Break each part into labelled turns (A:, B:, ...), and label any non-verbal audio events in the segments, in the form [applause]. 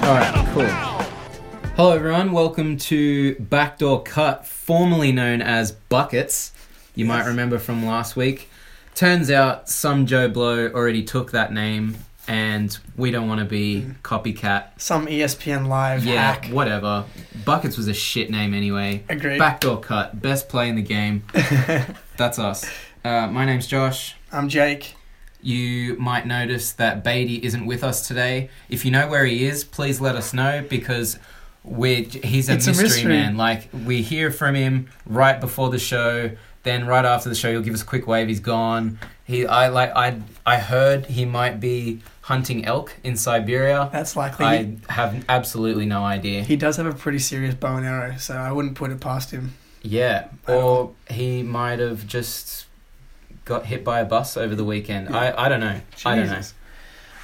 A: Cool. Hello, everyone. Welcome to Backdoor Cut, formerly known as Buckets. You might remember from last week. Turns out some Joe Blow already took that name, and we don't want to be copycat.
B: Some E ESPN Live
A: Yeah,
B: hack.
A: whatever. Buckets was a shit name anyway.
B: Agreed.
A: Backdoor Cut, best play in the game. That's us. Uh, my name's Josh.
B: I'm Jake.
A: You might notice that Beatty isn't with us today. If you know where he is, please let us know because we're he's a,
B: It's a
A: mystery,
B: mystery.
A: man. Like we hear from him right before the show, then right after the show he'll give us a quick wave. He's gone. He I like I I heard he might be hunting elk in Siberia.
B: That's likely.
A: I have absolutely no idea.
B: he does have a pretty serious bow and arrow, so I wouldn't put it past him.
A: Yeah, or he might have just got hit by a bus over the weekend. I, I don't know. I don't know.
B: Jesus.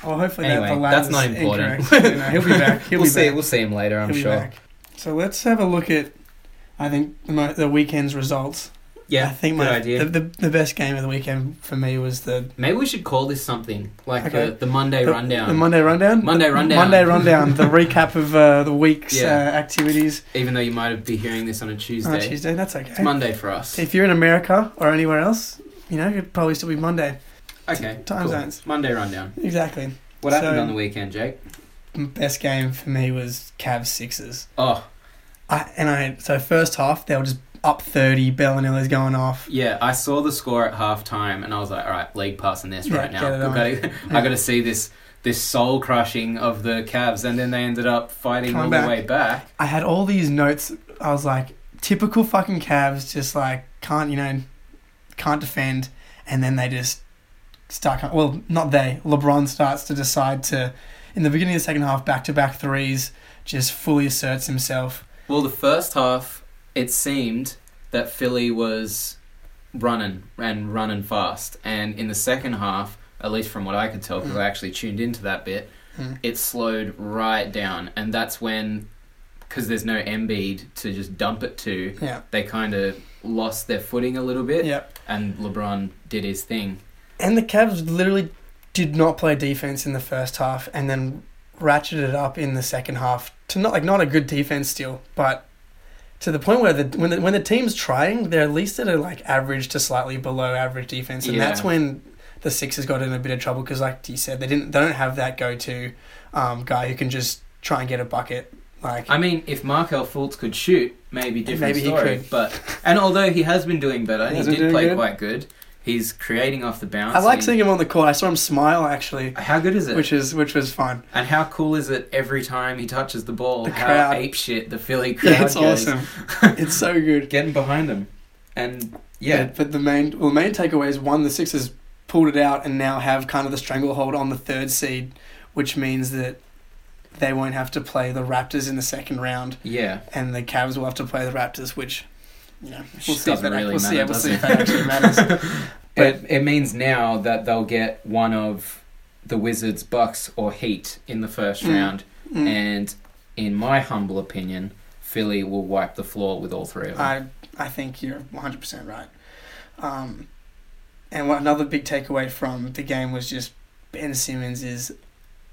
B: Well, hopefully that
A: Anyway,
B: the
A: that's
B: latter's
A: not important.
B: incorrect. You know, he'll be back. He'll
A: we'll
B: be
A: see.
B: back.
A: We'll see him later. I'm
B: he'll
A: sure.
B: Be back. So let's have a look at, I think the, mo- the weekend's results.
A: Yeah,
B: I think
A: good
B: my,
A: idea.
B: The, the the best game of the weekend for me was the
A: Maybe we should call this something like
B: Okay.
A: the, the Monday
B: the,
A: rundown,
B: The Monday rundown.
A: Monday rundown. [laughs]
B: Monday rundown. the recap of uh, the week's
A: Yeah.
B: uh, activities
A: even though you might be hearing this on a Tuesday.
B: on Tuesday. That's okay.
A: It's Monday for us.
B: If you're in America or anywhere else, you know, it'd probably still be Monday.
A: Okay,
B: time
A: cool.
B: zones.
A: Monday rundown.
B: Exactly.
A: What happened
B: So-
A: on the weekend, Jake?
B: Best game for me was Cavs sixes.
A: Oh
B: I, and I so first half they were just up thirty. Bellanilla's going off.
A: yeah, I saw the score at halftime and I was like, all right, league passing this
B: Yeah,
A: right now.
B: get it on.
A: Okay, [laughs] I got to see this this soul crushing of the Cavs, and then they ended up fighting
B: Come
A: all the
B: back.
A: way back.
B: I had all these notes. I was like, typical fucking Cavs, just like can't you know, can't defend, and then they just start. Well, not they. LeBron starts to decide to, in the beginning of the second half, back to back threes, just fully asserts himself.
A: Well, the first half, it seemed that Philly was running and running fast. And in the second half, at least from what I could tell, because I actually tuned into that bit,
B: Mm.
A: it slowed right down. And that's when, because there's no Embiid to just dump it to,
B: Yeah.
A: they kind of lost their footing a little bit.
B: Yeah.
A: And LeBron did his thing.
B: And the Cavs literally did not play defense in the first half, and then ratcheted it up in the second half to not like not a good defense still, but to the point where the when the, when the team's trying, they're at least at a like average to slightly below average defense, and
A: Yeah.
B: that's when the Sixers got in a bit of trouble because, like you said, they didn't they don't have that go to um, guy who can just try and get a bucket. Like
A: I mean, if Markel Fultz could shoot, maybe different
B: Maybe he
A: story.
B: could.
A: But and although he has been doing better,
B: He
A: he,
B: has been
A: did
B: doing
A: play
B: good.
A: quite good. He's creating off the bounce.
B: I like
A: He-
B: seeing him on the court. I saw him smile actually,
A: How good is it?
B: which is which was fun.
A: and how cool is it every time he touches the ball?
B: The
A: how
B: crowd.
A: ape shit the Philly crowd
B: Yeah, it's
A: goes. [laughs]
B: awesome. it's so good.
A: Getting behind him, and
B: Yeah,
A: yeah,
B: but the main well, the main takeaway is one: the Sixers pulled it out and now have kind of the stranglehold on the third seed, which means that they won't have to play the Raptors in the second round,
A: yeah,
B: and the Cavs will have to play the Raptors, which you know, we'll
A: Just
B: see if
A: doesn't
B: that,
A: really
B: we'll see,
A: matter,
B: we'll
A: does
B: see
A: it?
B: if
A: [laughs]
B: that actually matters.
A: But it, means now that they'll get one of the Wizards, Bucks, or Heat in the first
B: Mm.
A: round,
B: Mm.
A: and in my humble opinion, Philly will wipe the floor with all three of them.
B: I I think you're 100 percent right. Um, and what another big takeaway from the game was just Ben Simmons is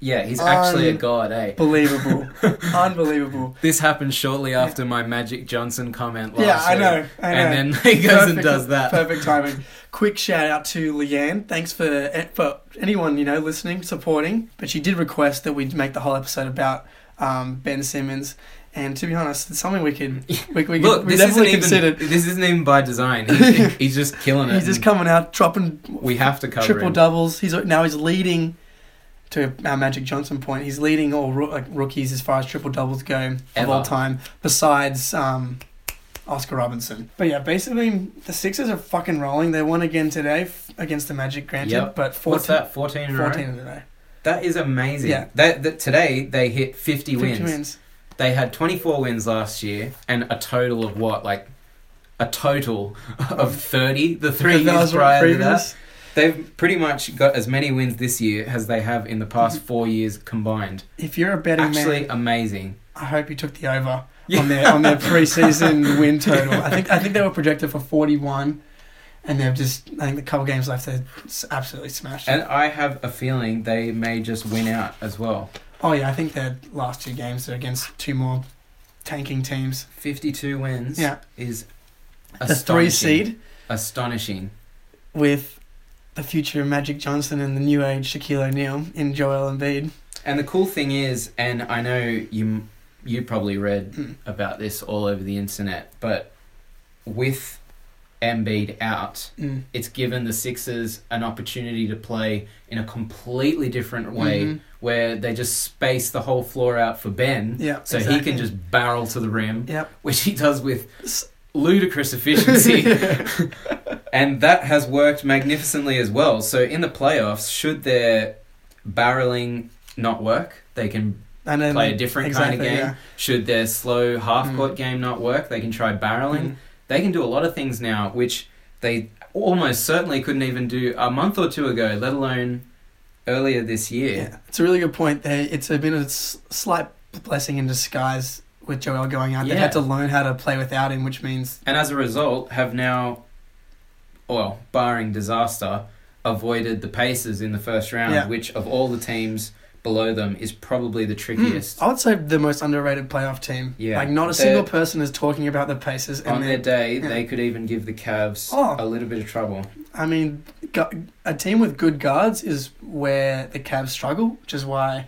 A: yeah, he's actually a
B: Un-
A: god, eh? [laughs]
B: believable, unbelievable.
A: This happened shortly after my Magic Johnson comment last
B: yeah, I
A: week.
B: know. I know.
A: And then [laughs] he goes and
B: Perfect-
A: does that.
B: [laughs] Perfect timing. Quick shout out to Leanne. Thanks for for anyone you know listening, supporting. But she did request that we make the whole episode about um, Ben Simmons. And to be honest, it's something
A: [laughs]
B: we could we, we,
A: Look,
B: could, we
A: this isn't
B: definitely
A: even
B: considered.
A: this isn't even by design.
B: [laughs]
A: He's, he's just killing it.
B: He's just
A: and
B: coming out dropping
A: we have to cover
B: triple
A: him.
B: doubles. He's now he's leading. To our Magic Johnson point, he's leading all roo- like rookies as far as triple doubles go of
A: Ever.
B: all time, besides um, Oscar Robinson. But yeah, basically the Sixers are fucking rolling. They won again today f- against the Magic, granted,
A: Yep.
B: but 14,
A: What's that? Fourteen in a row?
B: 14 in a row.
A: That is amazing.
B: Yeah.
A: That, that today they hit fifty
B: 50
A: wins.
B: wins.
A: They had twenty four wins last year and a total of what like. A total [laughs] of thirty. The three
B: Because that
A: years
B: was
A: prior to that,
B: previous.
A: they've pretty much got as many wins this year as they have in the past four years combined.
B: If Mm-hmm. you're a betting
A: Actually,
B: man,
A: amazing.
B: I hope you took the over
A: [laughs] Yeah.
B: on their on their preseason win total. I think I think they were projected for 41, and they've just I think the couple games left they s- absolutely smashed. it.
A: And I have a feeling they may just win out as well.
B: Oh yeah, I think their last two games are against two more tanking teams.
A: 52 wins
B: Yeah.
A: is
B: The three
A: astonishing.
B: seed
A: Astonishing.
B: with the future Magic Johnson and the new age Shaquille O'Neal in Joel Embiid.
A: And the cool thing is, and I know you you probably read
B: Mm.
A: about this all over the internet, but with Embiid out,
B: Mm.
A: it's given the Sixers an opportunity to play in a completely different way,
B: Mhm.
A: where they just space the whole floor out for Ben,
B: Yeah.
A: so he
B: exactly.
A: can just barrel to the rim,
B: Yep.
A: which he does with s- ludicrous efficiency. and that has worked magnificently as well. So in the playoffs, should their barreling not work, they can
B: [laughs] and then
A: play a different kind
B: exactly,
A: of game.
B: yeah.
A: Should their slow
B: Hmm.
A: half court game not work, they can try barreling.
B: Mm.
A: They can do a lot of things now which they almost certainly couldn't even do a month or two ago, let alone earlier this year.
B: Yeah, it's a really good point. They, it's been a s- slight blessing in disguise with Joel going out. They
A: Yeah.
B: had to learn how to play without him, which means
A: and as a result have now well barring disaster avoided the Pacers in the first round
B: Yeah. Hmm.
A: which of all the teams below them is probably the trickiest
B: Mm. I would say the most underrated playoff team.
A: Yeah.
B: like not a
A: They're-
B: single person is talking about the Pacers.
A: on
B: And
A: their
B: they,
A: day
B: yeah.
A: they could even give the Cavs
B: Oh.
A: a little bit of trouble
B: I mean, gu- a team with good guards is where the Cavs struggle, which is why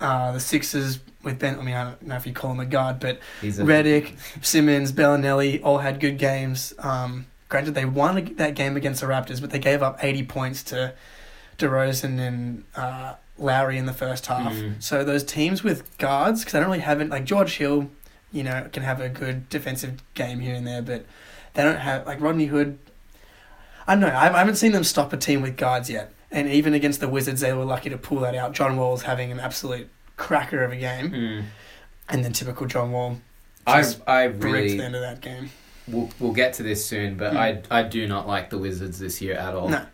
B: uh, the Sixers with Ben. I mean, I don't know if you call him a guard, but
A: He's a,
B: Reddick, Simmons, Bellinelli all had good games. Um, granted, they won ag- that game against the Raptors, but they gave up 80 points to DeRozan and uh, Lowry in the first half.
A: Mm.
B: So those teams with guards, because I don't really have it, like George Hill, you know, can have a good defensive game here and there, but they don't have, like Rodney Hood. I don't know. I I haven't seen them stop a team with guards yet. And even against the Wizards, they were lucky to pull that out. John Wall's having an absolute cracker of a game.
A: Mm.
B: And then typical John Wall.
A: I,
B: just-
A: I
B: Really?
A: really
B: the end of that game.
A: we'll, we'll get to this soon but I, I do not like the Wizards this year at all
B: No.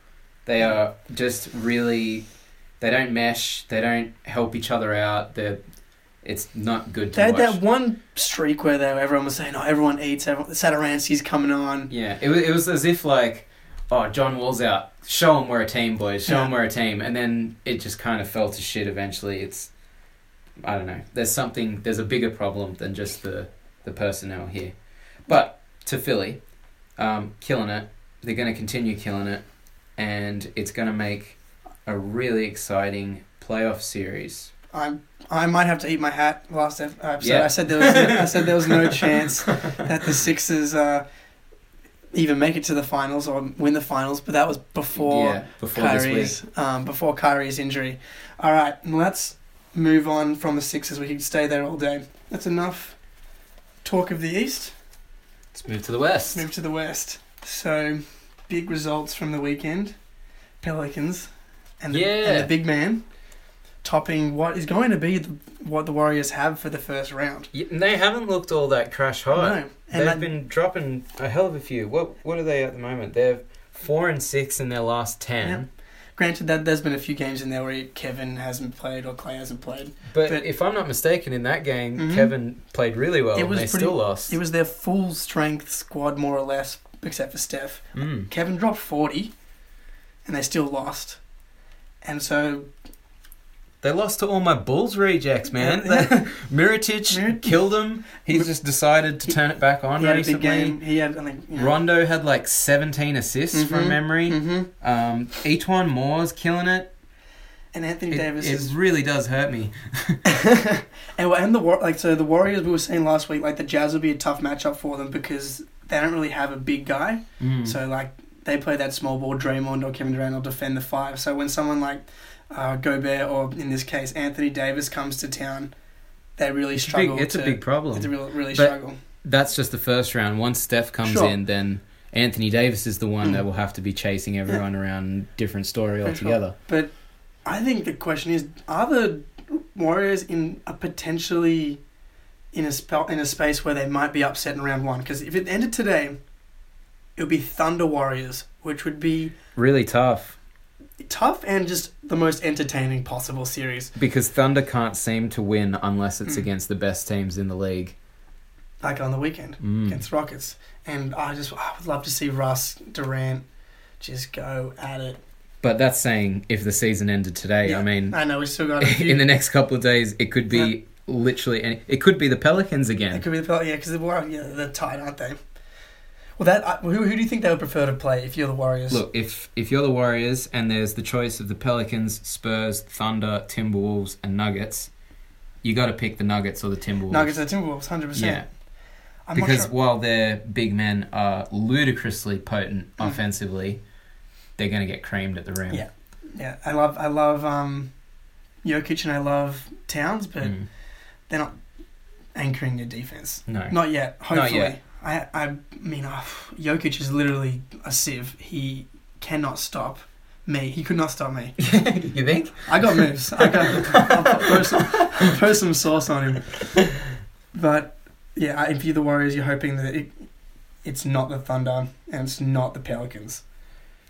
A: they are just really they don't mesh they don't help each other out they're it's not good to
B: They had
A: watch
B: that one streak where they, were- everyone was saying, "Oh, everyone eats." Everyone, Saturansky's coming on.
A: Yeah, it was, it was as if like, oh, John Wall's out. Show him we're a team, boys. Show
B: Yeah.
A: him we're a team. And then it just kind of fell to shit eventually. It's, I don't know. There's something. There's a bigger problem than just the the personnel here. But to Philly, um, killing it. They're going to continue killing it, and it's going to make a really exciting playoff series.
B: I I might have to eat my hat. Last ep- uh, episode,
A: Yeah.
B: I said there was no, I said there
A: [laughs]
B: was no chance that the Sixers uh, even make it to the finals or win the finals. But that was before
A: yeah, before this
B: Kyrie's um, before Kyrie's injury. All right, let's move on from the Sixers. We could stay there all day. That's enough talk of the East.
A: week. Let's move to the West.
B: Move to the West. So, big results from the weekend. Pelicans and the,
A: Yeah.
B: and the big man topping what is going to be the, what the Warriors have for the first round.
A: Y- They haven't looked all that crash hot.
B: No. And
A: They've
B: that,
A: been dropping a hell of a few. What what are they at the moment? They're four and six in their last ten.
B: granted that there's been a few games in there where Kevin hasn't played or Clay hasn't played.
A: But,
B: But-
A: if I'm not mistaken, in that game,
B: Mhm.
A: Kevin played really well,
B: It
A: and
B: was
A: they
B: pretty-
A: still lost.
B: It was their full strength squad more or less, except for Steph.
A: Mm.
B: Kevin dropped 40, and they still lost. And so
A: They lost to all my Bulls rejects,
B: [laughs]
A: man.
B: Yeah.
A: Miritich
B: Mirit-
A: killed them. He
B: But-
A: just decided to
B: He-
A: turn it back on
B: [laughs] he had a big
A: recently.
B: game. He had, I think, you know,
A: Rondo had like 17 assists from
B: Mhm.
A: memory.
B: Mhm.
A: Um, Etwan Moore's killing it.
B: And Anthony
A: It,
B: Davis
A: it
B: is
A: really does hurt me.
B: [laughs] and well, and the war like so the Warriors we were saying last week like the Jazz will be a tough matchup for them because they don't really have a big guy.
A: Mm.
B: So like they play that small ball. Draymond or Kevin Durant will defend the five. So when someone like uh, Gobert or in this case Anthony Davis comes to town, they really
A: it's, a
B: struggle.
A: big, it's a
B: to-
A: big problem.
B: It's a real, really
A: But-
B: struggle.
A: that's just the first round. Once Steph comes
B: Sure.
A: in, then Anthony Davis is the one
B: Mm.
A: that will have to be chasing everyone around. Different story
B: For sure.
A: altogether.
B: But I think the question is: Are the Warriors in a potentially in a spell in a space where they might be upset in round one? Because if it ended today, it would be Thunder Warriors, which would be
A: Really tough
B: tough and just the most entertaining possible series.
A: because Thunder can't seem to win unless it's
B: Mm.
A: against the best teams in the league.
B: Like on the weekend
A: Mm.
B: against Rockets, and I just I would love to see Russ Durant just go at it.
A: But that's saying if the season ended today,
B: Yeah.
A: I mean,
B: I know we still got a
A: [laughs]
B: few.
A: in the next couple of days, it could be
B: Yeah.
A: literally any. It could be the Pelicans again.
B: It could be the Pelicans, yeah, because well, yeah, they're tied, aren't they? Well, that uh, who, who do you think they would prefer to play if you're the Warriors?
A: Look, if if you're the Warriors and there's the choice of the Pelicans, Spurs, Thunder, Timberwolves, and Nuggets, you got to pick the Nuggets or the Timberwolves.
B: Nuggets or Timberwolves, hundred
A: yeah,
B: percent. I'm not
A: because
B: sure.
A: while their big men are ludicrously potent
B: Mm.
A: offensively, they're going to get creamed at the rim.
B: Yeah. Yeah, I love I love um, Jokic and I love Towns, but
A: Mm.
B: they're not anchoring their defense.
A: No. [laughs]
B: Not yet. Hopefully,
A: Not yet.
B: I I mean, uh, Jokic is literally a sieve. He cannot stop me. He could not stop me.
A: [laughs] you think?
B: I got [laughs] moves.
A: [laughs]
B: I got. I'll put- throw some, throw some sauce on him. But yeah, I- if you're the Warriors, you're hoping that it, it's not the Thunder and it's not the Pelicans.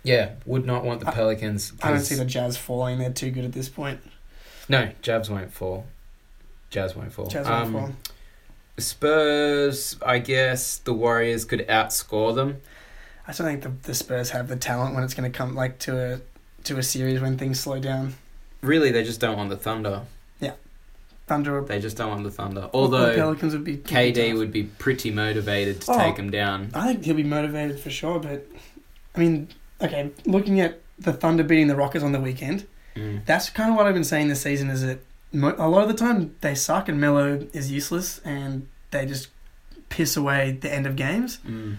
A: Yeah, would not want the
B: I-
A: Pelicans.
B: I don't
A: 'cause-
B: see the Jazz falling. They're too good at this point.
A: No, Jabs won't fall. Jazz wonz won't fall.
B: Jazz
A: Um,
B: won't fall.
A: Spurs, I guess the Warriors could outscore them.
B: I still think the, the Spurs have the talent when it's going to come like to a to a series when things slow down.
A: Really, they just don't want the Thunder.
B: Thunder or
A: They just don't want the Thunder.
B: the
A: Although
B: Pelicans would be would be
A: KD
B: tough.
A: would be pretty motivated to
B: Oh.
A: take him down.
B: I think he'll be motivated for sure, but I mean, okay, looking at the Thunder beating the Rockets on the weekend.
A: Mm.
B: that's kind of what I've been saying this season is that mo- a lot of the time they suck and Melo is useless and they just piss away the end of games.
A: Mm.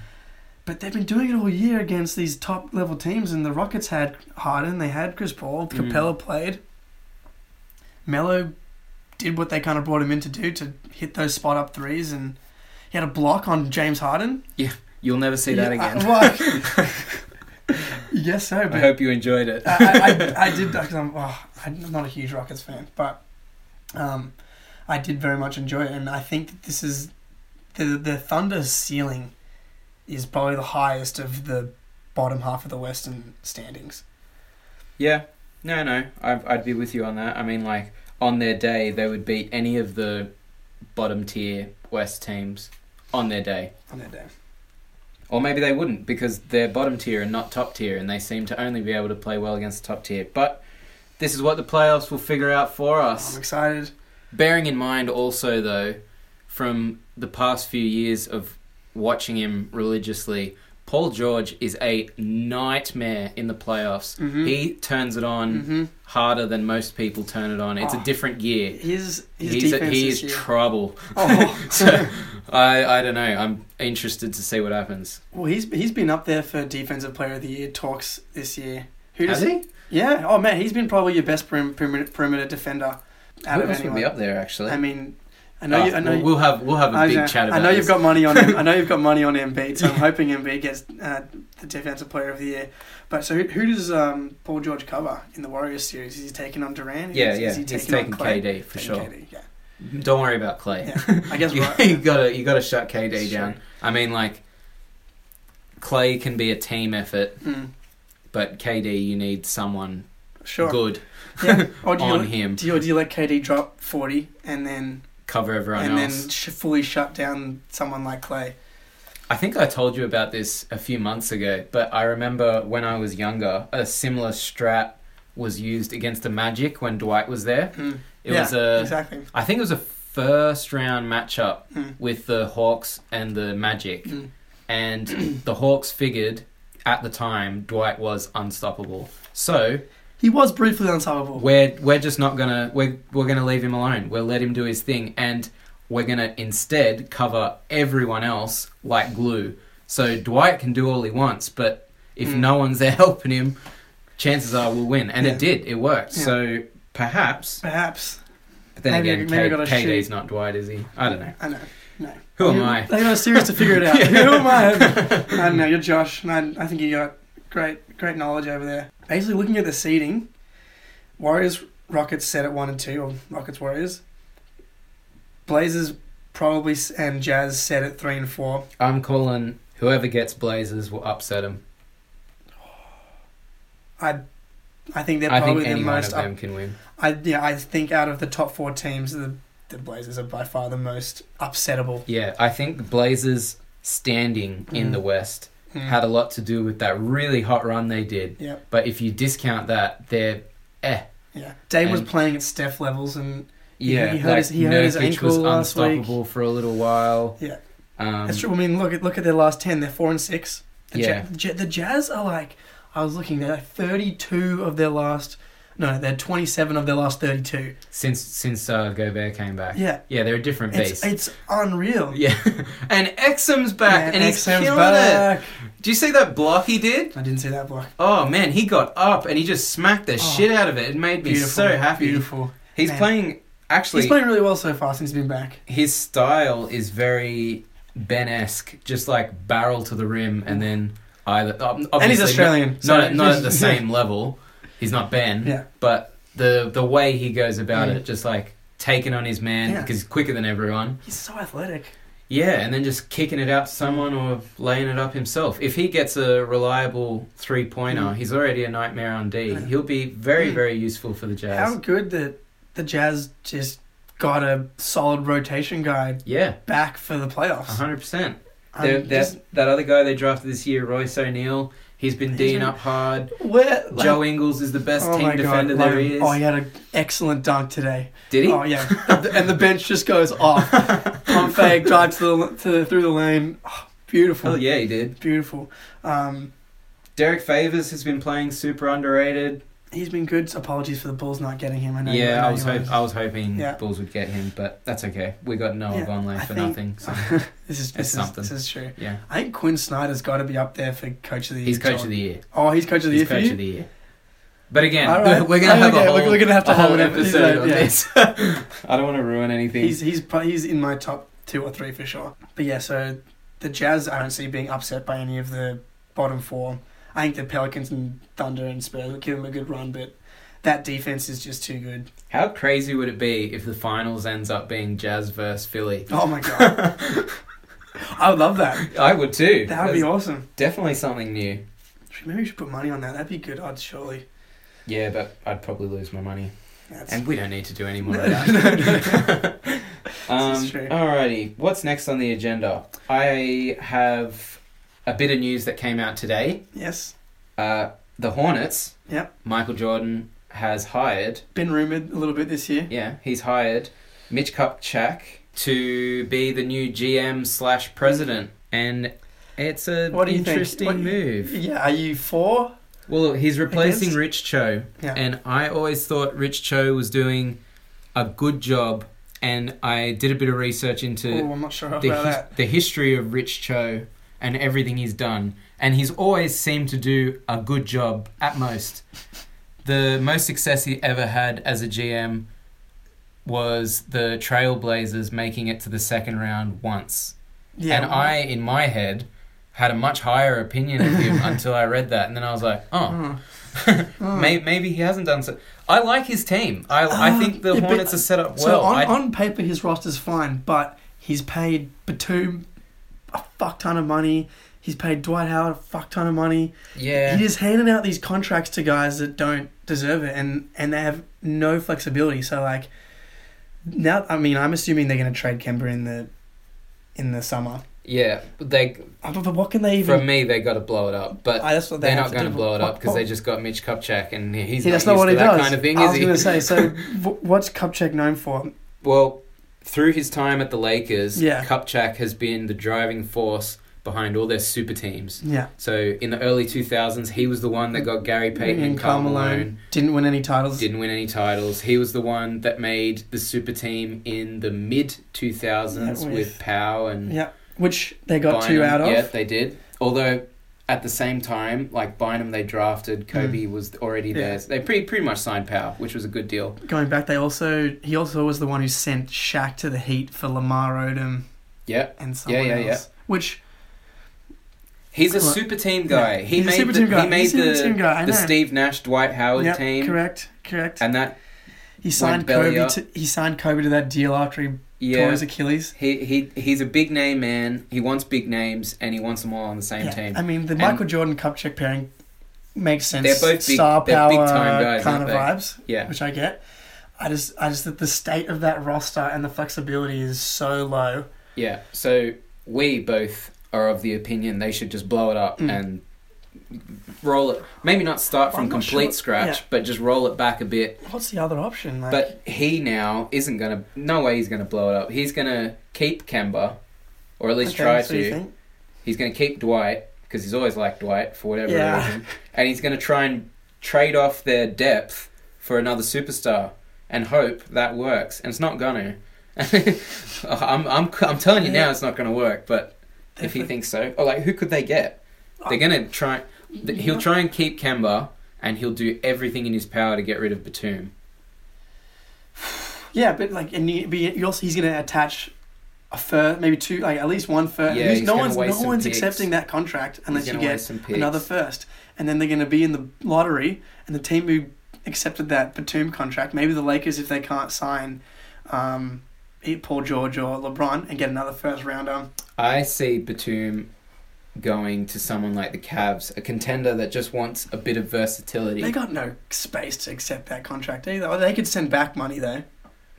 B: But they've been doing it all year against these top level teams, and the Rockets had Harden, they had Chris Paul,
A: Mm.
B: Capella played. Melo did what they kind of brought him in to do to hit those spot up threes, and he had a block on James Harden.
A: You'll never see that
B: Yeah, I-
A: again. [laughs]
B: well, yes, so,
A: I
B: but
A: hope you enjoyed it.
B: I,
A: [laughs]
B: I, I did because I'm, oh, I'm not a huge Rockets fan, but um, I did very much enjoy it, and I think that this is the the Thunder's ceiling is probably the highest of the bottom half of the Western standings.
A: Yeah, no, no, i I'd be with you on that. I mean, like on their day, they would beat any of the bottom tier West teams on their day.
B: On that day,
A: Or maybe they wouldn't because they're bottom tier and not top tier, and they seem to only be able to play well against the top tier. But this is what the playoffs will figure out for
B: I'm
A: us.
B: excited.
A: Bearing in mind also, though, from the past few years of watching him religiously, Paul George is a nightmare in the playoffs.
B: Mm-hmm.
A: He turns it on
B: hmm
A: harder than most people turn it on. It's
B: Oh.
A: a different gear.
B: His his
A: he's a,
B: defense
A: he
B: this
A: is
B: year.
A: trouble.
B: [laughs] oh.
A: [laughs]
B: [laughs]
A: So I I don't know. I'm interested to see what happens.
B: well, he's he's been up there for defensive player of the year talks this year. Who
A: Has
B: does-
A: he?
B: Yeah. Oh man, he's been probably your best perim- perimeter, perimeter defender out
A: Who
B: of
A: else would
B: anyone.
A: be up there actually?
B: I mean, I know.
A: Ah,
B: you, I know.
A: we'll, we'll have we'll have a
B: I
A: big
B: know-
A: chat about.
B: I know you've
A: this.
B: got
A: [laughs]
B: money on. I know you've got money on Embiid, so I'm hoping Embiid gets uh, the defensive player of the year. But so who, who does um, Paul George cover in the Warriors series? Is he taking on Durant?
A: Yeah,
B: is,
A: yeah.
B: Is he
A: He's taking
B: taking on Clay?
A: KD for
B: Taking
A: sure.
B: KD, yeah.
A: Don't worry about Clay.
B: Yeah, [laughs] I guess
A: [laughs] you,
B: right.
A: you gotta you gotta shut KD
B: It's
A: down. I mean, like Clay can be a team effort,
B: Mm,
A: but KD you need someone
B: sure.
A: good
B: Yeah. Or do you,
A: on
B: let-
A: him
B: do you, or do you let KD drop forty and then
A: cover everyone
B: and
A: else.
B: then sh- fully shut down someone like Clay?
A: I think I told you about this a few months ago, but I remember when I was younger, a similar strat was used against the Magic when Dwight was there.
B: Mm,
A: It
B: Yeah,
A: was uh, a, I
B: exactly.
A: think it was a first round matchup
B: Mm,
A: with the Hawks and the Magic,
B: mm.
A: and the Hawks figured at the time Dwight was unstoppable. So
B: He was briefly unsolvable.
A: we're we're just not gonna we're we're gonna leave him alone. We'll let him do his thing, and we're gonna instead cover everyone else like glue. So Dwight can do all he wants, but if
B: Mm.
A: no one's [laughs] there helping him, chances are we'll win. And
B: Yeah.
A: it did. It worked.
B: Yeah.
A: So perhaps.
B: Perhaps
A: But then
B: Maybe-
A: again,
B: maybe
A: K-
B: I gotta
A: KD's not Dwight, is he? I don't know.
B: I know. No.
A: Who am
B: You-
A: I?
B: They got a series to figure
A: [laughs]
B: it out. Who am I? I don't know. You're Josh, and I, I think you got great, great knowledge over there. Basically, looking at the seeding, Warriors, Rockets set at one and two, or Rockets, Warriors. Blazers probably s- and Jazz set at three and four.
A: I'm calling whoever gets Blazers will upset him.
B: I, I think they're
A: I think
B: probably the
A: any one of
B: most.
A: them
B: Up,
A: can win.
B: I yeah, I think out of the top four teams, the the Blazers are by far the most upsettable.
A: Yeah, I think the Blazers standing in
B: Mm.
A: the West
B: Mm.
A: had a lot to do with that really hot run they did.
B: Yep.
A: But if you discount that, they're eh.
B: yeah. Dave was
A: And-
B: playing at Steph levels, and
A: Yeah,
B: he hurt
A: like
B: his- he hurt his
A: Nurkic
B: ankle
A: was
B: last week.
A: unstoppable for a little while.
B: Yeah.
A: um,
B: that's true. I mean, look at look at their last ten. They're four and six. The
A: Yeah.
B: Ja- Ja- the Jazz are like, I was looking, they're like thirty-two of their last. No, they're twenty-seven of their last thirty-two.
A: Since since uh, Gobert came back,
B: Yeah,
A: yeah, they're a different
B: it's
A: beast.
B: it's unreal.
A: [laughs] yeah, and Exum's back
B: Man,
A: and he's
B: Exum's
A: killing
B: back.
A: it. Do you see that block he did?
B: I didn't see that block.
A: Oh man, he got up and he just smacked the
B: Oh,
A: shit out of it. It made me so happy.
B: Beautiful.
A: He's
B: Man.
A: playing. Actually,
B: He's playing really well so far since he's been back.
A: his style is very Ben esque, just like barrel to the rim and then either. ob- Obviously
B: and he's Australian.
A: Not,
B: so-
A: not, not at
B: [laughs]
A: the same level. He's not Ben.
B: Yeah.
A: But the the way he goes about
B: Mm.
A: it, just like taking on his man
B: Yeah.
A: because he's quicker than everyone.
B: He's so athletic.
A: Yeah, and then just kicking it out to someone or laying it up himself. If he gets a reliable three pointer,
B: Mm.
A: he's already a nightmare on D.
B: Yeah.
A: He'll be very,
B: Mm.
A: very useful for the Jazz.
B: How good that the Jazz just got a solid rotation guy
A: Yeah,
B: back for the playoffs.
A: Uh-huh. 100%.
B: Um,
A: There- there's-
B: just
A: that other guy they drafted this year, Royce O'Neal, he's been
B: He's
A: D'ing
B: been-
A: up hard.
B: where like-
A: Joe Ingles is the best
B: Oh my
A: team
B: God,
A: defender
B: love
A: there
B: him.
A: is.
B: Oh, he had an excellent dunk today.
A: Did he?
B: Oh yeah, and the bench just
A: [laughs]
B: goes off. Pump fake, drive to the, to the, through the lane. Oh, beautiful,
A: Hell yeah, he did.
B: beautiful. Um,
A: Derek Favors has been playing super underrated.
B: he's been good. Apologies for the Bulls not getting him. I know.
A: yeah,
B: know
A: I was
B: you
A: hope, I was hoping
B: Yeah.
A: Bulls would get him, but that's okay. We got Noah
B: Yeah,
A: Vonleh
B: I
A: for
B: think-
A: nothing. So
B: [laughs] this
A: [laughs]
B: is this is,
A: something.
B: this is true.
A: yeah,
B: I think Quinn Snyder's got to be up there for coach of the year.
A: he's coach
B: job.
A: of the year.
B: Oh, he's coach of the
A: He's
B: year. for
A: coach
B: you?
A: of the year. But again,
B: All
A: [laughs]
B: right.
A: we're
B: [laughs]
A: gonna have
B: Okay,
A: a whole,
B: we're- we're gonna have to
A: a whole
B: have an episode,
A: episode on
B: yeah.
A: this. [laughs] I don't want to ruin anything.
B: He's he's pro- he's in my top two or three for sure. But yeah, so the Jazz I don't see being upset by any of the bottom four. I think the Pelicans and Thunder and Spurs will give them a good run, but that defense is just too good.
A: How crazy would it be if the finals ends up being Jazz versus Philly?
B: Oh my god,
A: [laughs]
B: I would love that.
A: I would too.
B: That would be
A: That's
B: awesome.
A: definitely something new.
B: Maybe we should put money on that. That'd be good odds, surely.
A: Yeah, but I'd probably lose my money.
B: That's,
A: And we don't need to do any more [laughs]
B: No,
A: of that. [laughs] um,
B: This is true.
A: Alrighty, what's next on the agenda? I have a bit of news that came out today.
B: yes,
A: Uh, the Hornets.
B: Yep.
A: Michael Jordan has hired.
B: been rumored a little bit this year.
A: Yeah, he's hired Mitch Kupchak to be the new GM slash president, and it's a
B: What do you think?
A: interesting
B: What-
A: move.
B: Yeah, are you for?
A: Well, he's replacing
B: Against-
A: Rich Cho.
B: Yeah.
A: And I always thought Rich Cho was doing a good job. And I did a bit of research into
B: oh, I'm not sure
A: the,
B: about
A: his,
B: that.
A: the history of Rich Cho and everything he's done. And he's always seemed to do a good job at most. The most success he ever had as a GM was the Trailblazers making it to the second round once.
B: Yeah,
A: and I, in my head, had a much higher opinion of
B: [laughs]
A: him until I read that. And then I was like, oh,
B: Mm.
A: [laughs] Maybe, maybe he hasn't done so. I like his team. I, I
B: Ah,
A: think the
B: yeah, but-
A: Hornets are set up well.
B: So on,
A: I,
B: on paper, his roster's fine, but he's paid Batum a fuck ton of money. He's paid Dwight Howard a fuck ton of money.
A: yeah,
B: He just handed out these contracts to guys that don't deserve it, and and they have no flexibility. So like, now I mean, I'm assuming they're going to trade Kemba in the in the summer.
A: yeah. They
B: Uh, But, but what can they
A: for
B: even?
A: me, they got to blow it up, but
B: I that's what they
A: they're
B: have
A: not
B: to
A: going to
B: do.
A: blow it up
B: What-
A: because
B: what-
A: they just got Mitch Kupchak, and he's
B: Yeah,
A: not
B: that's
A: used
B: not what
A: to
B: he
A: that
B: does.
A: kind of thing,
B: I
A: is
B: was
A: he?
B: going to say. So, w- what's Kupchak known for?
A: [laughs] Well, through his time at the Lakers,
B: Yeah.
A: Kupchak has been the driving force behind all their super teams.
B: Yeah,
A: So in the early 2000s, he was the one
B: Mm.
A: that got Gary Payton
B: Mm-hmm,
A: and Karl Malone.
B: didn't win any titles.
A: didn't win any titles. He was the one that made the super team in the mid 2000s
B: Yeah,
A: with,
B: with-
A: Pow and
B: Yeah, which they got two
A: Bynum.
B: out of.
A: Mm. Yeah, they did. Although at the same time, like Bynum, they drafted Kobe was already
B: Hmm. Yeah.
A: theirs. They pretty pretty much signed Pow, which was a good deal.
B: Going back, they also he also was the one who sent Shaq to the Heat for Lamar Odom
A: Yeah,
B: and someone
A: yeah, yeah.
B: else. Which
A: he's a
B: Well,
A: super team guy. He
B: he's a
A: made
B: super
A: the,
B: team guy.
A: he made
B: He's a super
A: the,
B: team guy, I
A: the
B: know.
A: Steve Nash Dwight Howard
B: yep,
A: team,
B: correct, correct.
A: and that
B: He signed
A: belly
B: Kobe.
A: up.
B: To, he signed Kobe to that deal after he tore
A: yeah.
B: his Achilles.
A: He, he he's a big name man. He wants big names, and he wants them all on the same
B: Yeah,
A: team.
B: I mean, the
A: And-
B: Michael Jordan Kupchak pairing makes sense.
A: They're both big-
B: star
A: they're
B: power
A: big time guys,
B: kind of
A: aren't
B: vibes,
A: Yeah,
B: which I get. I just, I just that the state of that roster and the flexibility is so low.
A: Yeah, so we both are of the opinion they should just blow it up
B: Mm.
A: and roll it. Maybe not start
B: Well,
A: from
B: I'm not
A: complete
B: sure-
A: scratch,
B: yeah.
A: but just roll it back a bit.
B: What's the other option? Like,
A: But he now isn't gonna. No way he's gonna blow it up. He's gonna keep Kemba, or at least
B: Okay,
A: try
B: so you
A: to.
B: think?
A: He's gonna keep Dwight because he's always liked Dwight for whatever
B: Yeah.
A: reason, and he's gonna try and trade off their depth for another superstar and hope that works. And it's not gonna. [laughs] I'm I'm I'm telling you now,
B: Yeah.
A: it's not gonna work. But if he
B: Definitely.
A: thinks so, or like who could they get? They're gonna try. th- He'll try and keep Kemba, and he'll do everything in his power to get rid of Batum.
B: Yeah, but like, and you, but you also he's going to attach a fir, maybe two, like at least one first.
A: Yeah,
B: Because
A: he's
B: no
A: gonna
B: one's
A: waste
B: no
A: some
B: one's
A: picks.
B: accepting that contract unless you
A: gonna
B: get
A: waste some picks.
B: another first, and then they're going to be in the lottery. And the team who accepted that Batum contract, maybe the Lakers, if they can't sign. Um, Paul George or LeBron and get another first rounder.
A: I see Batum going to someone like the Cavs, a contender that just wants a bit of versatility.
B: They got no space to accept that contract either. Or they could send back money though.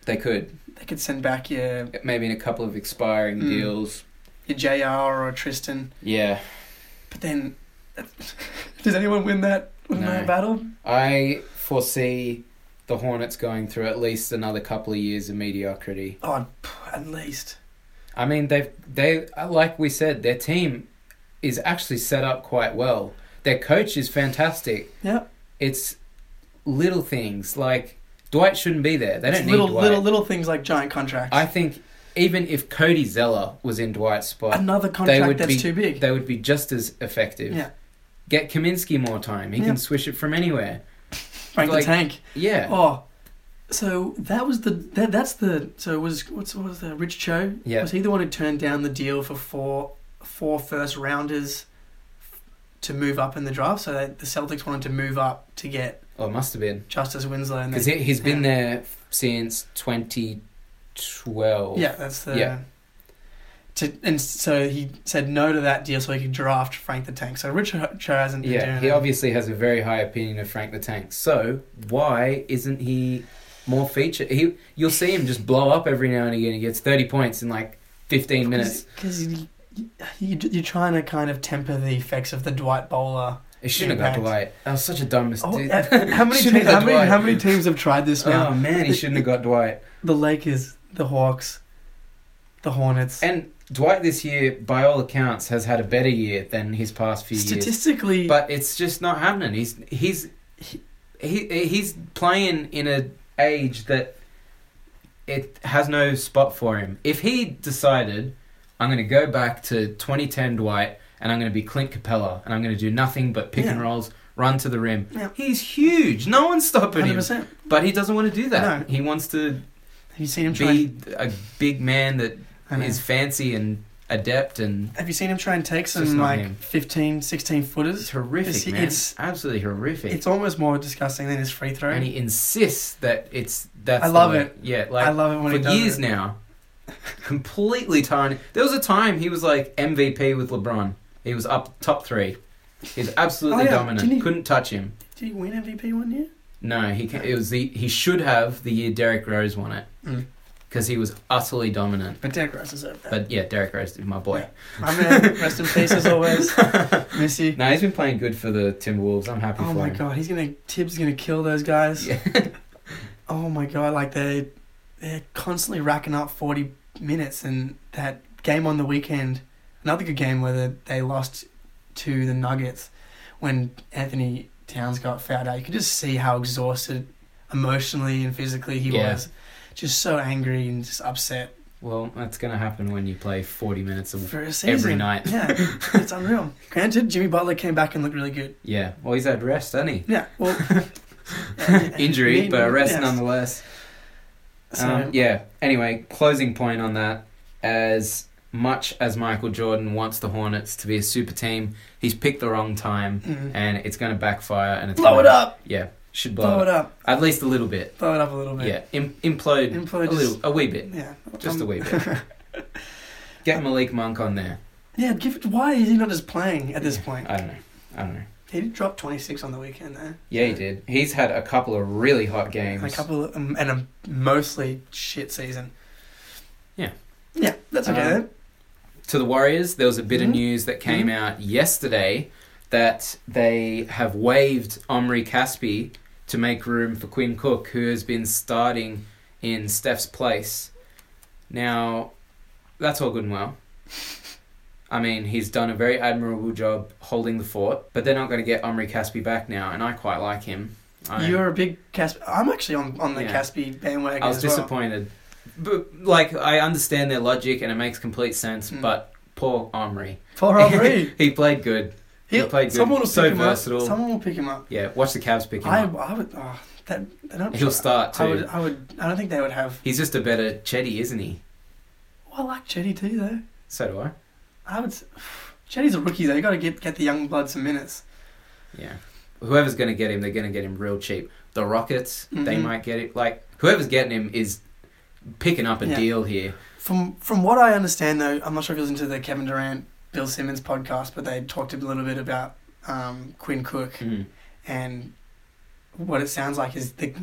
A: They could
B: They could send back your
A: maybe in a couple of expiring
B: Mm.
A: deals.
B: your JR or Tristan.
A: Yeah,
B: But then, [laughs] does anyone win that win
A: No.
B: that battle?
A: I foresee the Hornets going through at least another couple of years of mediocrity.
B: Oh, p- at least.
A: I mean, they've they like we said, their team is actually set up quite well. Their coach is fantastic.
B: Yeah.
A: It's little things like Dwight shouldn't be there. They
B: It's
A: don't
B: little
A: need Dwight.
B: little little things like giant contracts.
A: I think even if Cody Zeller was in Dwight's spot,
B: Another
A: would
B: contract that's
A: be-
B: too big.
A: they would be just as effective.
B: Yeah.
A: Get Kaminsky more time. He
B: Yeah.
A: can swish it from anywhere.
B: Frank
A: like-
B: the Tank.
A: Yeah.
B: Oh, so that was the that, that's the so it was what's what was that Rich Cho?
A: Yeah.
B: Was he the one who turned down the deal for four four first rounders to move up in the draft? So that the Celtics wanted to move up to get
A: Oh, it must have been.
B: Justice Winslow and
A: Because
B: then,
A: he, he's been
B: yeah.
A: there since 2012.
B: Yeah, that's the
A: Yeah.
B: To, and so he said no to that deal so he could draft Frank the Tank. So Rich Cho hasn't been
A: Yeah,
B: doing
A: he
B: it.
A: obviously has a very high opinion of Frank the Tank. So why isn't he more featured? He, you'll see him just blow up every now and again. He gets thirty points in like fifteen minutes.
B: Because you, you, you're trying to kind of temper the effects of the Dwight Bowler.
A: It shouldn't have got Dwight. That was such a dumb mistake.
B: Oh,
A: [laughs]
B: uh, how, many teams, how, many, how many teams have tried this now?
A: Oh man, he shouldn't have got Dwight.
B: The Lakers, the Hawks, the Hornets.
A: And Dwight this year, by all accounts, has had a better year than his past few years.
B: Statistically,
A: But it's just not happening. He's he's he, he he's playing in a age that it has no spot for him. If he decided, I'm going to go back to 2010 Dwight and I'm going to be Clint Capella and I'm going to do nothing but pick and
B: Yeah.
A: rolls, run to the rim.
B: Yeah.
A: He's huge. No one's stopping him.
B: 100%. Have
A: But he doesn't want to do that.
B: No.
A: He wants to
B: you seen him try? and-
A: be a big man that
B: I know.
A: is fancy and adept and
B: Have you seen him try and take
A: just
B: some
A: not
B: like
A: him.
B: 15, 16 footers?
A: it's horrific,
B: It's-
A: man.
B: it's-
A: absolutely horrific.
B: It's almost more disgusting than his free throw.
A: and he insists that it's that's.
B: I
A: the
B: love
A: way-
B: it.
A: Yeah,
B: I
A: like
B: love it when he
A: for
B: does
A: years
B: it.
A: now, completely tiny. There was a time he was like MVP with LeBron. He was up top three. He's absolutely
B: Oh, yeah.
A: dominant.
B: Didn't he-
A: Couldn't touch him.
B: Did he win MVP one year?
A: No, he ca- it was the he should have the year Derrick Rose won it
B: Mm.
A: because he was utterly dominant.
B: But Derek Rose deserved that.
A: But yeah, Derrick Rose is my boy.
B: My man, [laughs] rest in peace as always. Miss you.
A: [laughs] No, he's been playing good for the Timberwolves. I'm happy
B: Oh
A: for
B: my
A: him.
B: god, he's gonna Tibbs gonna kill those guys.
A: Yeah.
B: Oh my god, like they they're constantly racking up forty minutes, and that game on the weekend, another good game where they, they lost to the Nuggets when Anthony Towns got fouled out. You could just see how exhausted emotionally and physically he
A: Yeah.
B: was, just so angry and just upset
A: [laughs] Well, that's going to happen when you play 40 minutes of.
B: for a season.
A: night.
B: yeah,
A: [laughs]
B: it's unreal. Granted, Jimmy Butler came back and looked really good.
A: Yeah. Well, he's had rest, hasn't he?
B: Yeah, well,
A: [laughs] Injury,
B: Me-
A: but a rest
B: yes.
A: nonetheless.
B: So,
A: Um, yeah. Anyway, closing point on that. As much as Michael Jordan wants the Hornets to be a super team, he's picked the wrong time,
B: mm.
A: and it's going to backfire. And it's
B: blow it
A: gonna-
B: up,
A: Yeah. Should blow,
B: blow
A: it
B: it
A: up.
B: up.
A: At least a little bit.
B: blow it up a little bit.
A: Yeah. Im- implode.
B: Implode
A: a
B: just-
A: little, a wee bit.
B: Yeah.
A: Just
B: Um,
A: a wee
B: [laughs]
A: bit. Get Malik Monk on there.
B: Yeah, give it, why is he not just playing at this point?
A: I don't know. I don't know.
B: He did drop 26 on the weekend there.
A: Yeah, he did. He's had a couple of really hot games.
B: And a couple of, um, and a mostly shit season.
A: Yeah.
B: Yeah, that's okay
A: Um,
B: then.
A: to the Warriors, there was a bit
B: Mhm.
A: of news that came out yesterday that they have waived Omri Caspi to make room for Quinn Cook, who has been starting in Steph's place. Now, that's all good and well. I mean, he's done a very admirable job holding the fort, but they're not going to get Omri Caspi back now, and I quite like him. I,
B: You're a big Caspi. I'm actually on, on the
A: Yeah.
B: Caspi bandwagon.
A: I was
B: as well.
A: disappointed. But, like, I understand their logic and it makes complete sense,
B: Mm.
A: but poor Omri.
B: Poor Omri.
A: [laughs] he played good. He
B: He'll-
A: played good.
B: oh Someone will
A: So
B: pick him
A: versatile.
B: up. Someone will pick him up.
A: Yeah, watch the Cavs pick him
B: I,
A: up.
B: I would. Oh, that, they don't.
A: He'll start too.
B: I would. I would. I don't think they would have.
A: He's just a better Chetty, isn't he?
B: Oh, I like Chetty too, though.
A: So do I.
B: I would. s- Chetty's a rookie though. You got to get get the young blood some minutes.
A: Yeah. Whoever's going to get him, they're going to get him real cheap. The Rockets, they
B: Mhm.
A: might get it. Like, whoever's getting him is picking up a
B: Yeah.
A: deal here.
B: From from what I understand though, I'm not sure if you listened to the Kevin Durant, Bill Simmons podcast, but they talked a little bit about um, Quinn Cook
A: Mm.
B: and what it sounds like is the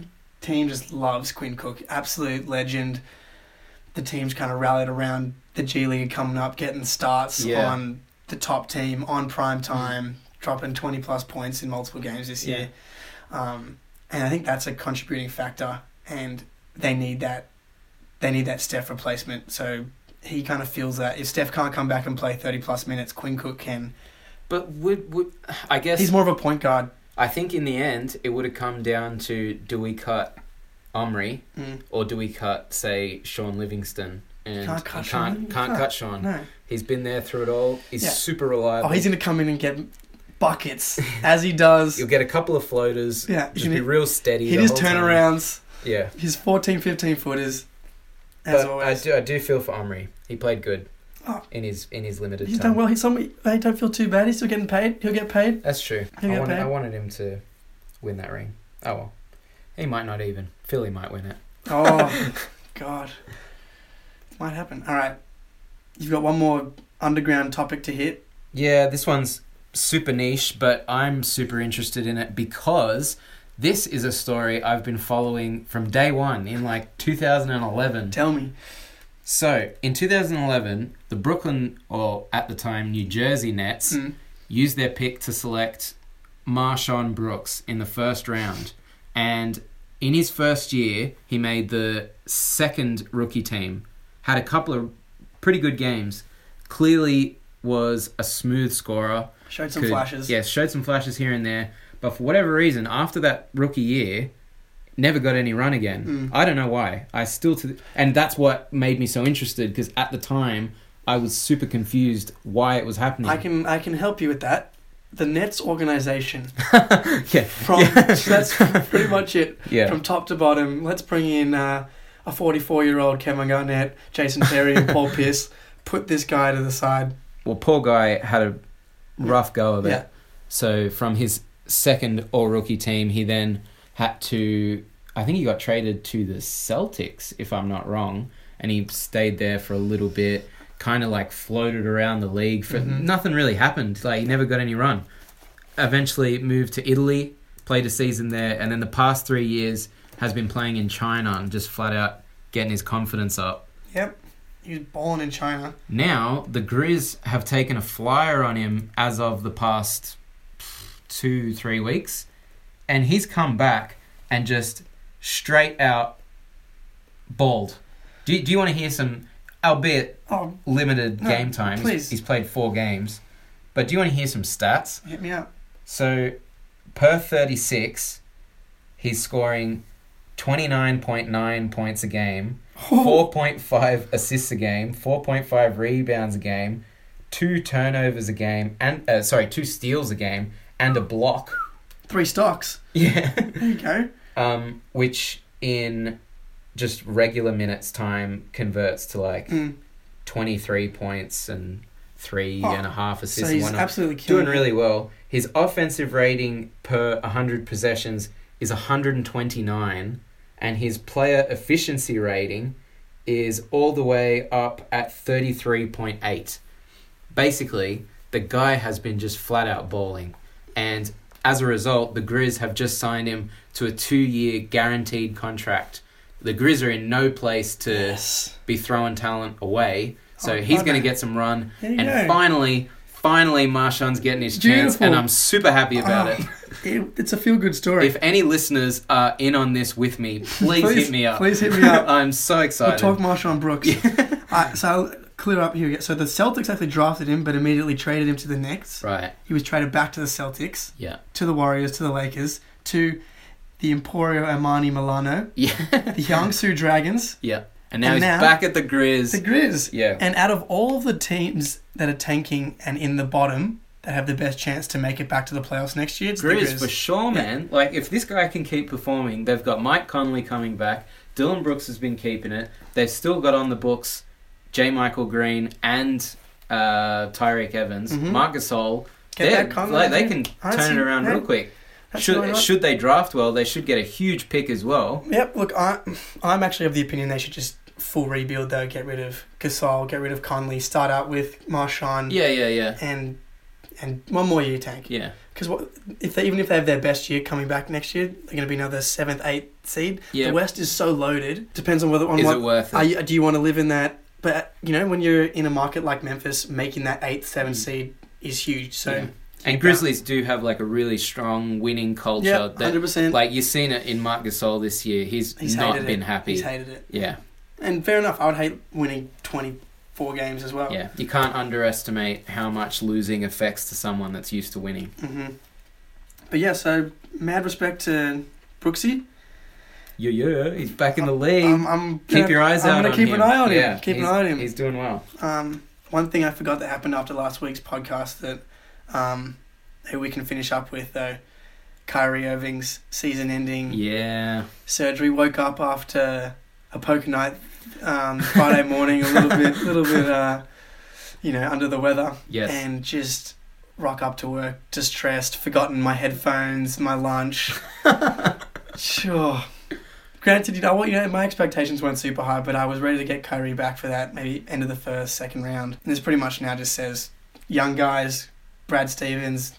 B: team just loves Quinn Cook, absolute legend. The team's kind of rallied around the G League coming up, getting starts
A: Yeah. Mm.
B: on the top team on prime time, dropping twenty plus points in multiple games this
A: Yeah.
B: year, um, and I think that's a contributing factor. And they need that, they need that Steph replacement. So he kind of feels that if Steph can't come back and play thirty plus minutes, Quinn Cook can.
A: But would, would I guess
B: He's more of a point guard.
A: I think in the end it would have come down to do we cut Omri
B: Mm.
A: or do we cut say Sean Livingston and
B: Can't cut
A: you
B: Sean
A: can't,
B: Livingston.
A: can't cut Sean.
B: No.
A: He's been there through it all. He's
B: Yeah.
A: super reliable.
B: Oh, he's gonna come in and get buckets as he does.
A: You'll get a couple of floaters.
B: Yeah,
A: Just
B: you
A: be
B: know,
A: real steady.
B: hit
A: the
B: his
A: whole time.
B: turnarounds,
A: Yeah.
B: his 14, 15 footers. As
A: but
B: always,
A: I do, I do feel for Omri. He played good
B: Oh.
A: in his in his limited
B: he's
A: time.
B: done well. He's some. They don't feel too bad. He's still getting paid. He'll
A: [laughs]
B: get paid.
A: That's true.
B: He'll
A: I
B: get
A: wanted,
B: paid.
A: I wanted him to win that ring. Oh well. He might not even. Philly might win it.
B: Oh God, might happen. All right, you've got one more underground topic to hit.
A: Yeah, this one's super niche, but I'm super interested in it because this is a story I've been following from day one in like 2011.
B: Tell me.
A: So, in 2011, the Brooklyn, or at the time, New Jersey Nets
B: Mm.
A: used their pick to select Marshawn Brooks in the first round. And in his first year, he made the second rookie team, had a couple of pretty good games, clearly was a smooth scorer.
B: Showed some
A: Could-
B: flashes.
A: Yes, showed some flashes here and there. But for whatever reason, after that rookie year, never got any run again.
B: Mm.
A: I don't know why. I still to, and that's what made me so interested because at the time I was super confused why it was happening.
B: I can I can help you with that. The Nets organization.
A: [laughs] yeah,
B: From
A: [laughs]
B: that's pretty much it.
A: yeah,
B: from top to bottom. Let's bring in uh, a 44 year old Kevin Garnett, Jason Terry,
A: [laughs]
B: and Paul Pierce. Put this guy to the side.
A: Well, poor guy had a rough go of it.
B: Yeah.
A: So from his second All Rookie team, he then had to. I think he got traded to the Celtics, if I'm not wrong, and he stayed there for a little bit, kind of like floated around the league. For
B: Mhm.
A: nothing really happened. Like he never got any run. Eventually moved to Italy, played a season there, and then the past three years has been playing in China and just flat out getting his confidence up.
B: Yep, he was balling in China.
A: Now the Grizz have taken a flyer on him as of the past two, three weeks, and he's come back and just straight out bald. Do you, do you want to hear some, albeit
B: Oh,
A: limited
B: No,
A: game time? he's-
B: please.
A: He's played four games, but do you want to hear some stats?
B: hit me up.
A: So, per 36, he's scoring 29.9 points a game,
B: Oh,
A: 4.5 assists a game, 4.5 rebounds a game, two turnovers a game, and uh, sorry, two steals a game, and a
B: [laughs]
A: block.
B: Three stocks.
A: Yeah.
B: There you go.
A: um, which in just regular minutes time converts to like
B: Mm.
A: 23 points and three and a
B: Oh,
A: half
B: So
A: assists and
B: he's
A: whatnot
B: absolutely killing
A: doing
B: it.
A: really well. His offensive rating per 100 possessions is 129, and his player efficiency rating is all the way up at 33.8. Basically, the guy has been just flat out balling, and as a result, the Grizz have just signed him to a two-year guaranteed contract. The Grizz are in no place to
B: Yes.
A: be throwing talent away. So
B: Oh,
A: he's going to
B: okay.
A: get some run.
B: There you
A: And
B: go.
A: finally, finally, Marshawn's getting his chance,
B: Beautiful. Oh,
A: and I'm super happy about it.
B: [laughs] It- it's a feel good story.
A: If any listeners are in on this with
B: [laughs]
A: me, please, hit me up.
B: Please hit me up.
A: uh, [laughs] I'm so
B: We'll
A: excited.
B: talk Marshawn Brooks. Alright, so I'll clear up here. we go. So the Celtics actually drafted him, but immediately traded him to the Knicks.
A: right. [laughs]
B: He was traded back to the Celtics,
A: Yeah.
B: to the Warriors, to the Lakers, to the Emporio Armani Milano,
A: Yeah.
B: the
A: [laughs]
B: Yangsu Dragons,
A: yeah. And now
B: And
A: he's
B: now-
A: back at the Grizz.
B: the Grizz.
A: yeah.
B: And out of all of the teams that are tanking and in the bottom that have the best chance to make it back to the playoffs next year, it's
A: Grizz,
B: the Grizz.
A: for sure, man. Like, if this guy can keep performing, they've got Mike Conley coming back. Dylan Brooks has been keeping it. They've still got on the books J. Michael Green and uh, Tyreek Evans,
B: Mhm.
A: Marc Gasol.
B: Get
A: They're-
B: that Conley
A: like, they
B: in.
A: can
B: I
A: turn
B: see-
A: it around
B: yeah,
A: real quick.
B: That's
A: Should
B: what I want.
A: should they draft well, they should get a huge pick as well.
B: Yep. Look, I, I'm actually of the opinion they should just full rebuild though. Get rid of Gasol. Get rid of Conley. Start out with Marshawn.
A: Yeah, yeah, yeah,
B: And and one more year tank.
A: yeah.
B: Because what if they even if they have their best year coming back next year, they're going to be another seventh, eighth seed.
A: Yeah.
B: The West is so loaded. Depends on whether on
A: Is
B: what
A: it worth it?
B: are you, do you want to live in that? But you know when you're in a market like Memphis, making that eighth, seventh
A: Mm.
B: seed is huge. So
A: Yeah. and Grizzlies do have like a really strong winning culture.
B: yeah,
A: that,
B: hundred percent.
A: like you've seen it in Marc Gasol this year. He's,
B: He's
A: not
B: hated it.
A: been happy.
B: He's hated it.
A: yeah,
B: And fair enough, I would hate winning 24 games as well.
A: yeah. You can't underestimate how much losing affects to someone that's used to winning.
B: hmm But yeah, so mad respect to Brooksy.
A: Yeah, yeah. He's back in the league.
B: Um, I'm
A: keep your eyes
B: I'm
A: out.
B: gonna
A: on
B: keep
A: him.
B: an eye on him.
A: Yeah,
B: Keep an
A: he's-
B: eye on him.
A: He's doing well.
B: Um, one thing I forgot that happened after last week's podcast that um, that we can finish up with though. Kyrie Irving's season-ending
A: Yeah.
B: surgery woke up after a poker night um, Friday morning, a little bit, little bit, uh, you know, under the weather.
A: Yes.
B: and just rock up to work distressed, forgotten my headphones,
A: [laughs]
B: my lunch. sure. Granted, you know what? You know my expectations weren't super high, but I was ready to get Kyrie back for that. Maybe end of the first, second round. And this pretty much now just says, young guys, Brad Stevens,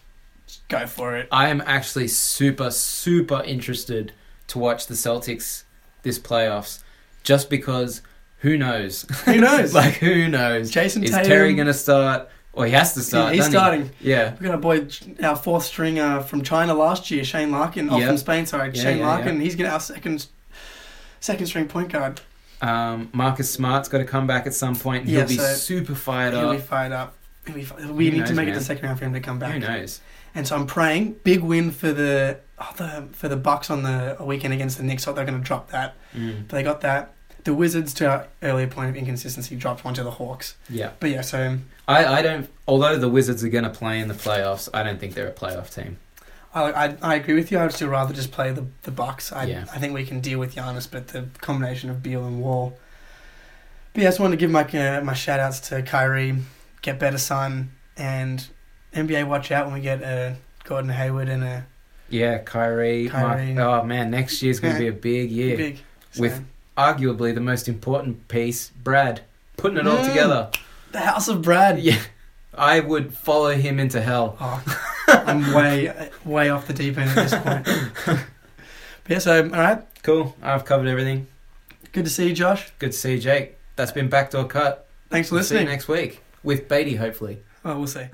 B: go for it.
A: I am actually super, super interested to watch the Celtics this playoffs, just because who knows?
B: Who
A: [laughs]
B: knows?
A: like who knows?
B: Jason
A: Is
B: Tatum.
A: Terry going to start? Or he has to
B: Yeah,
A: start.
B: he's
A: doesn't he?
B: starting.
A: Yeah.
B: We got our boy, our fourth stringer from China last year, Shane Larkin, off
A: Yeah.
B: from Spain. Sorry,
A: Yeah,
B: Shane
A: yeah,
B: Larkin. He's gonna our second, second string point guard.
A: Um, Marcus Smart's got to come back at some point. and He'll
B: Yeah,
A: be
B: so
A: super fired
B: He'll be
A: up.
B: fired up. He'll be fi- we
A: Who
B: need
A: knows,
B: to make it
A: man?
B: the second round for him to come
A: Who
B: back.
A: knows?
B: And so I'm praying big win for the, oh, the for the Bucks on the weekend against the Knicks. Thought they're going to drop that,
A: Mm.
B: but they got that. The Wizards, to our earlier point of inconsistency, dropped one to the Hawks.
A: Yeah.
B: But yeah, so
A: I, I don't. Although the Wizards are going to play in the playoffs, I don't think they're a playoff team.
B: I, I, I agree with you. I'd still rather just play the the Bucks. I
A: Yeah.
B: I think we can deal with Giannis, but the combination of Beal and Wall. But yeah, I just wanted to give my uh, my shout outs to Kyrie, get better son, and NBA watch out when we get a Gordon Hayward and a
A: Yeah, Kyrie. Mark-
B: Kyrie.
A: oh man, next year's going to
B: [laughs]
A: be a big year.
B: big
A: With- Arguably the most important piece, Brad, putting it all
B: Mm.
A: together.
B: the House of Brad.
A: Yeah, I would follow him into hell.
B: Oh, I'm way way off the deep end at this point.
A: [laughs]
B: But yeah, so all right,
A: Cool. I've covered everything.
B: good to see you, Josh.
A: Good to see you, Jake. That's been Backdoor Cut.
B: Thanks for
A: We'll See you
B: listening.
A: next week with Beatty, hopefully. [laughs]
B: Well, we'll see.